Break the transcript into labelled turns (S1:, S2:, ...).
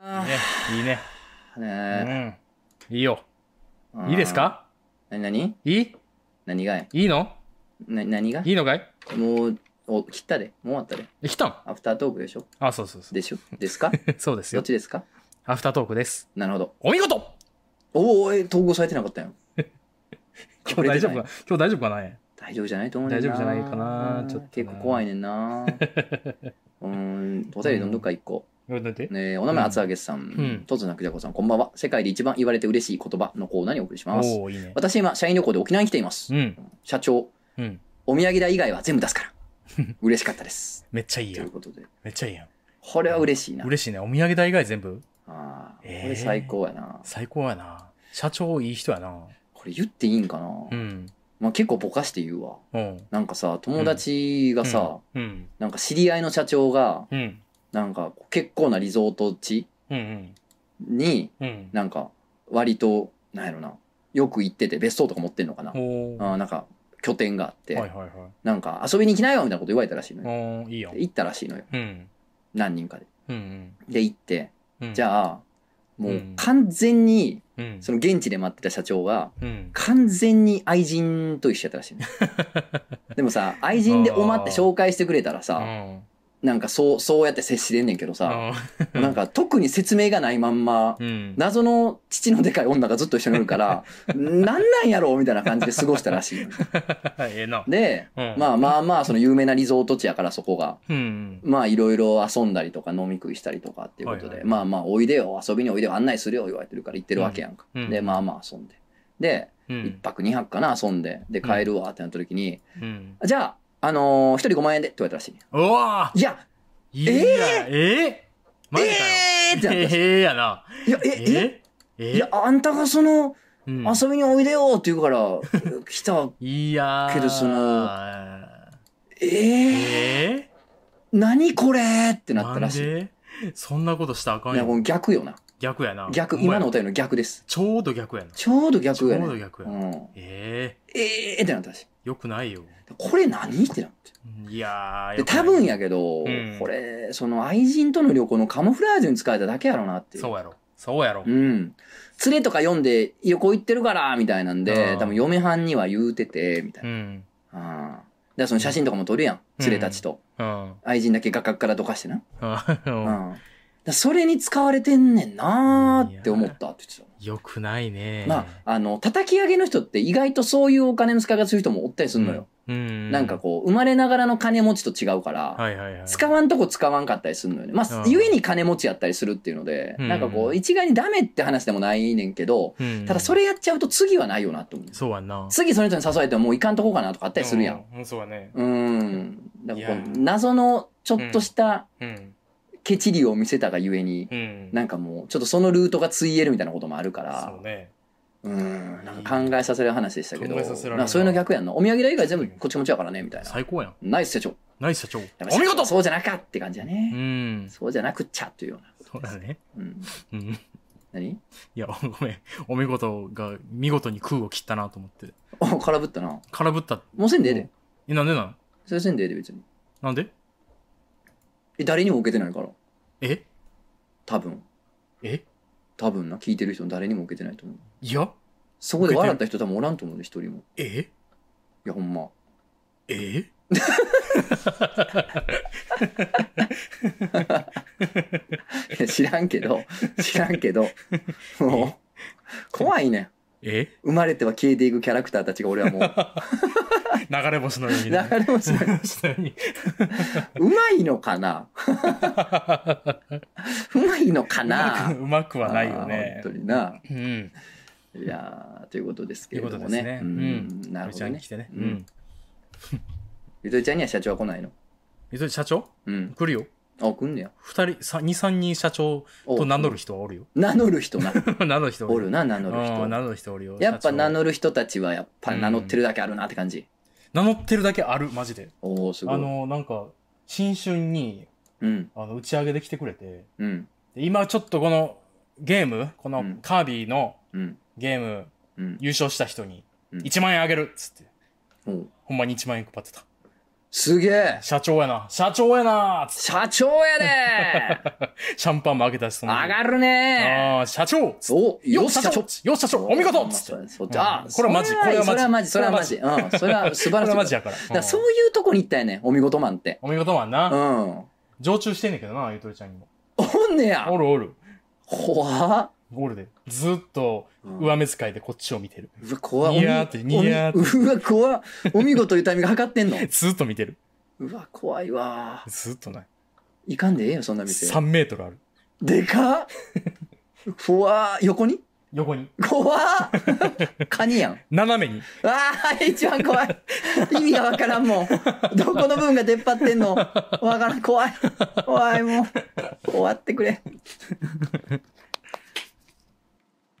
S1: ね。いいね。
S2: ね
S1: うん。いいよ。
S2: え
S1: いいですか
S2: 何何
S1: いい
S2: 何がや
S1: いいの
S2: な何が
S1: いいのかい
S2: もう、お、切ったで。もう終わったで。
S1: え来たん
S2: アフタートークでしょ
S1: あ、そうそうそう。
S2: でしょですか
S1: そうです
S2: どっ
S1: よ。
S2: ちですか
S1: アフタートークです。
S2: なるほど。
S1: お見事
S2: おお、え、統合されてなかったよ。
S1: 今日大丈夫か
S2: か
S1: 今日大丈夫かな
S2: 大丈夫じゃないと思うねん
S1: 大丈夫じゃないかなちょっとな
S2: 結構怖いねん な。うーん、お便りのどっか一個。
S1: だって。
S2: ねえお名前厚揚げさん、
S1: うん
S2: とつなくじゃこさん、こんばんは。世界で一番言われて嬉しい言葉のコーナーにお送りします。
S1: おおいいね。
S2: 私今、社員旅行で沖縄に来ています
S1: う。ん。
S2: 社長、
S1: うん。
S2: お土産代以外は全部出す から。嬉しかったです。
S1: めっちゃいい
S2: と
S1: や。
S2: いうんことで、
S1: めっちゃいいやん。
S2: これは嬉しいな。
S1: 嬉しいね。お土産代以外全部
S2: ああ、こ
S1: えー
S2: れ最高やな。
S1: 最高やな。社長いい人やな。
S2: これ言っていいんかな、
S1: うん。
S2: まあ結構ぼかして言うわ。
S1: うん。
S2: なんかさ、友達がさ、
S1: うん。
S2: なんか知り合いの社長が、
S1: うん。
S2: なんか結構なリゾート地
S1: うん。うん。
S2: に、
S1: うん。
S2: なんか割と、なんやろな、よく行ってて、別荘とか持ってんのかな。
S1: おお。は
S2: あーなんか拠点があって、
S1: いはいは
S2: なんか遊びに来ないわみたいなこと言われたらしいのよ。
S1: い。おおいいやん
S2: で。行ったらしいのよ。
S1: うん。
S2: 何人かで。
S1: うん。
S2: で、行って、
S1: うん。
S2: じ
S1: あ、
S2: ゃあ、もううん完全に、
S1: うん。
S2: その現地で待ってた社長が、
S1: うん。
S2: 完全に愛人と一緒やったらしい ねでもさ愛人でおまって紹介してくれたら
S1: う
S2: さ
S1: ん。
S2: なんかそうそうやって接してんねんけどさ
S1: うん
S2: なんか特に説明がないまんま
S1: うん。
S2: 謎の父のでかい女がずっと一緒におるからなんなんやろうみたいな感じで過ごしたらしいのよ
S1: ええな。
S2: で
S1: うん。
S2: まあまあまあその有名なリゾート地やからそこが
S1: うん。
S2: まあいろいろ遊んだりとか飲み食いしたりとかっていうことで、
S1: はいはい
S2: まあまあおいでよ遊びにおいでよ案内するよ言われてるから行ってるわけやんか、
S1: うんうん
S2: でまあまあ遊んでで
S1: う
S2: 一
S1: ん。
S2: 泊二泊かな遊んでで帰るわってなった時に、
S1: うん。
S2: じゃあ、あのー、一人5万円でって言われたらしいね。
S1: うわ
S2: いや、
S1: いやええマジかよ。
S2: えーってなったらしい
S1: ええやな。
S2: いや、え、え、
S1: ええ
S2: いや、あんたがその、
S1: うん
S2: 遊びにおいでよって言う から、来た、
S1: いやー
S2: けどそのえー、
S1: え
S2: 何これって
S1: ー、
S2: なったらしい。い
S1: なんでそんなことしたらあかん
S2: や、
S1: や
S2: こ
S1: ん。
S2: の逆よな。
S1: 逆やな。
S2: 逆、
S1: お前
S2: 今のお便りの逆です。
S1: ちょうど逆やな。
S2: ちょうど逆や
S1: ちょうど
S2: ね。
S1: 逆
S2: う
S1: やな。
S2: ん。
S1: え
S2: えーってなったらしい。
S1: ー、よくないよ。
S2: これ何ってなって。
S1: いやー、
S2: で、
S1: よくない
S2: 多分やけど、
S1: うん
S2: これ、その愛人との旅行のカモフラージュに使えただけやろなっていう。
S1: そうやろ。そうやろ
S2: う。ん。連れとか読んで、横行ってるから、みたいなんで
S1: う、ん
S2: 多分嫁はんには言うてて、みたいうな。
S1: ん。
S2: うん。だからその写真とかも撮るやん。
S1: うん
S2: 連れたちと。
S1: うん。
S2: 愛人だけ画角からどかしてな。うん。
S1: うん
S2: だからそれに使われてんねんなーって思ったって言って
S1: よくないね
S2: た。。まあ、あの、叩き上げの人って意外とそういうお金の使い方する人もおったりするのよ。
S1: うん。
S2: なんかこう、生まれながらの金持ちと違うから、
S1: はいはいはい。
S2: 使わんとこ使わんかったりするのよね。まあ、
S1: うん
S2: 故に金持ちやったりするっていうので、
S1: うん
S2: なんかこう、一概にダメって話でもないねんけど、
S1: うん
S2: ただそれやっちゃうと次はないよなって思う。
S1: そうやんな。
S2: 次その人に誘われてももういかんとこかなとかあったりするやん。
S1: う。うん、そうやね。
S2: うん。だからこ
S1: いや
S2: う、謎のちょっとした
S1: うん。
S2: ケチりを見せたがゆえに、
S1: うん。
S2: なんかもう、ちょっとそのルートがついえるみたいなこともあるから
S1: そう、ね。
S2: うん、なんか考えさせる話でしたけど、
S1: 考えさせられるな
S2: なんかそういうの逆やんの。お土産代以外全部こっち持ちやからね、みたいな。
S1: 最高やん。
S2: ナイス社長。
S1: ナイス社長。
S2: やっぱ
S1: お見事
S2: そうじゃなかって感じや
S1: う
S2: ね。
S1: ん。
S2: そうじゃなくっちゃというよ
S1: そうだね。
S2: うな。うん。
S1: うん。
S2: 何
S1: いや、ごめん。お見事が、見事に空を切ったなと思って。
S2: お、空振ったな。
S1: 空振った。
S2: もうせんでええで。
S1: え、なんでなん
S2: それせんでええで別に。
S1: なんで
S2: え、誰にも受けてないから。
S1: え
S2: 多分。
S1: え
S2: 多分な、聞いてる人誰にも受けてないと思う。
S1: いや
S2: そこで笑った人多分おらんと思うで、一人も。
S1: え
S2: いや、ほ んま。
S1: え
S2: いや知らんけど、知らんけ ど、もう、怖いねん。
S1: え
S2: 生まれては消えていくキャラクターたちが 俺はもう、
S1: 流れ星のように、
S2: 流
S1: ね。
S2: れもしない。
S1: 流れ星のよう に。
S2: うまいのか なうまいのか
S1: うま
S2: な
S1: くうまくはないよ
S2: あ
S1: ね
S2: ー。本当にな。
S1: うん。
S2: いやーということです
S1: と
S2: け
S1: い
S2: れ
S1: うこ
S2: ど
S1: と
S2: も
S1: です
S2: ね
S1: ね。。
S2: う
S1: うんん。
S2: なるほど
S1: ゆとりちゃんに
S2: ね
S1: 来。てね。う
S2: うんん。ゆとりちゃんには社長は来ないの
S1: ゆとり社長
S2: うん。
S1: 来るよ。
S2: あ、来んねや。
S1: 二人、さ二三人社長
S2: お
S1: と名乗る人はおるよ。
S2: 名乗る人 な。
S1: 名乗る人
S2: おるな、名乗る
S1: うん名
S2: 人。
S1: 乗る人おるよ。
S2: やっ
S1: 社
S2: ぱ
S1: 長
S2: 名乗る人たちはやっぱ名乗ってるだけあるなって感じ。
S1: 名乗ってるだけある、マジで。
S2: おおすご
S1: あ
S2: い。
S1: の、なんか、新春に、
S2: うん、
S1: あの、打ち上げで来てくれて、
S2: うん、
S1: で今ちょっとこのゲーム、
S2: う
S1: この
S2: ん
S1: カービィの
S2: うん、
S1: ゲーム
S2: うん。
S1: 優勝した人に
S2: うん
S1: 1万円あげるっつって、
S2: おう
S1: ほんまに1万円配ってた。
S2: すげえ
S1: 社長やな。社長やなつって
S2: 社長や で
S1: シャンパンも開けたし、その。
S2: 上がるね
S1: ああ、社長つって
S2: お
S1: よ
S2: よ
S1: っ、
S2: し
S1: 社
S2: 社
S1: 長
S2: 長
S1: よっ、社長お見事つって。
S2: そっちあ
S1: うんこれはマジ
S2: そ
S1: こ
S2: そ
S1: れ
S2: れ
S1: は
S2: は
S1: マ
S2: マ
S1: ジ
S2: ジそれはマジうんそれは素晴
S1: こ
S2: ら
S1: れ
S2: しいだ
S1: はマ
S2: か
S1: ジやから。
S2: らそういうとこに行ったよねお見事マンって
S1: うんお見事マンな。
S2: うん
S1: 常駐してんねんけどな、ゆとりちゃんにも。
S2: おんねや
S1: おるおる。
S2: 怖っ
S1: ゴールで。ずっと、
S2: うん
S1: 上目遣いでこっちを見てる。
S2: うわ怖っ
S1: ニヤーって
S2: おみ
S1: ニヤーって
S2: おみうわ怖っお見事いうタイミング測ってんの
S1: ずっと見てる。
S2: うわ怖いわ
S1: ずっとない。
S2: いかんでええよそんな店
S1: 3メートルある。
S2: でかっ怖っ横に
S1: 横に。
S2: 怖っカニやん
S1: 斜めに。
S2: ああ、一番怖い。意味がわからんもん。どこの部分が出っ張ってんの。わからん、怖い。怖い、もう。終わってくれ。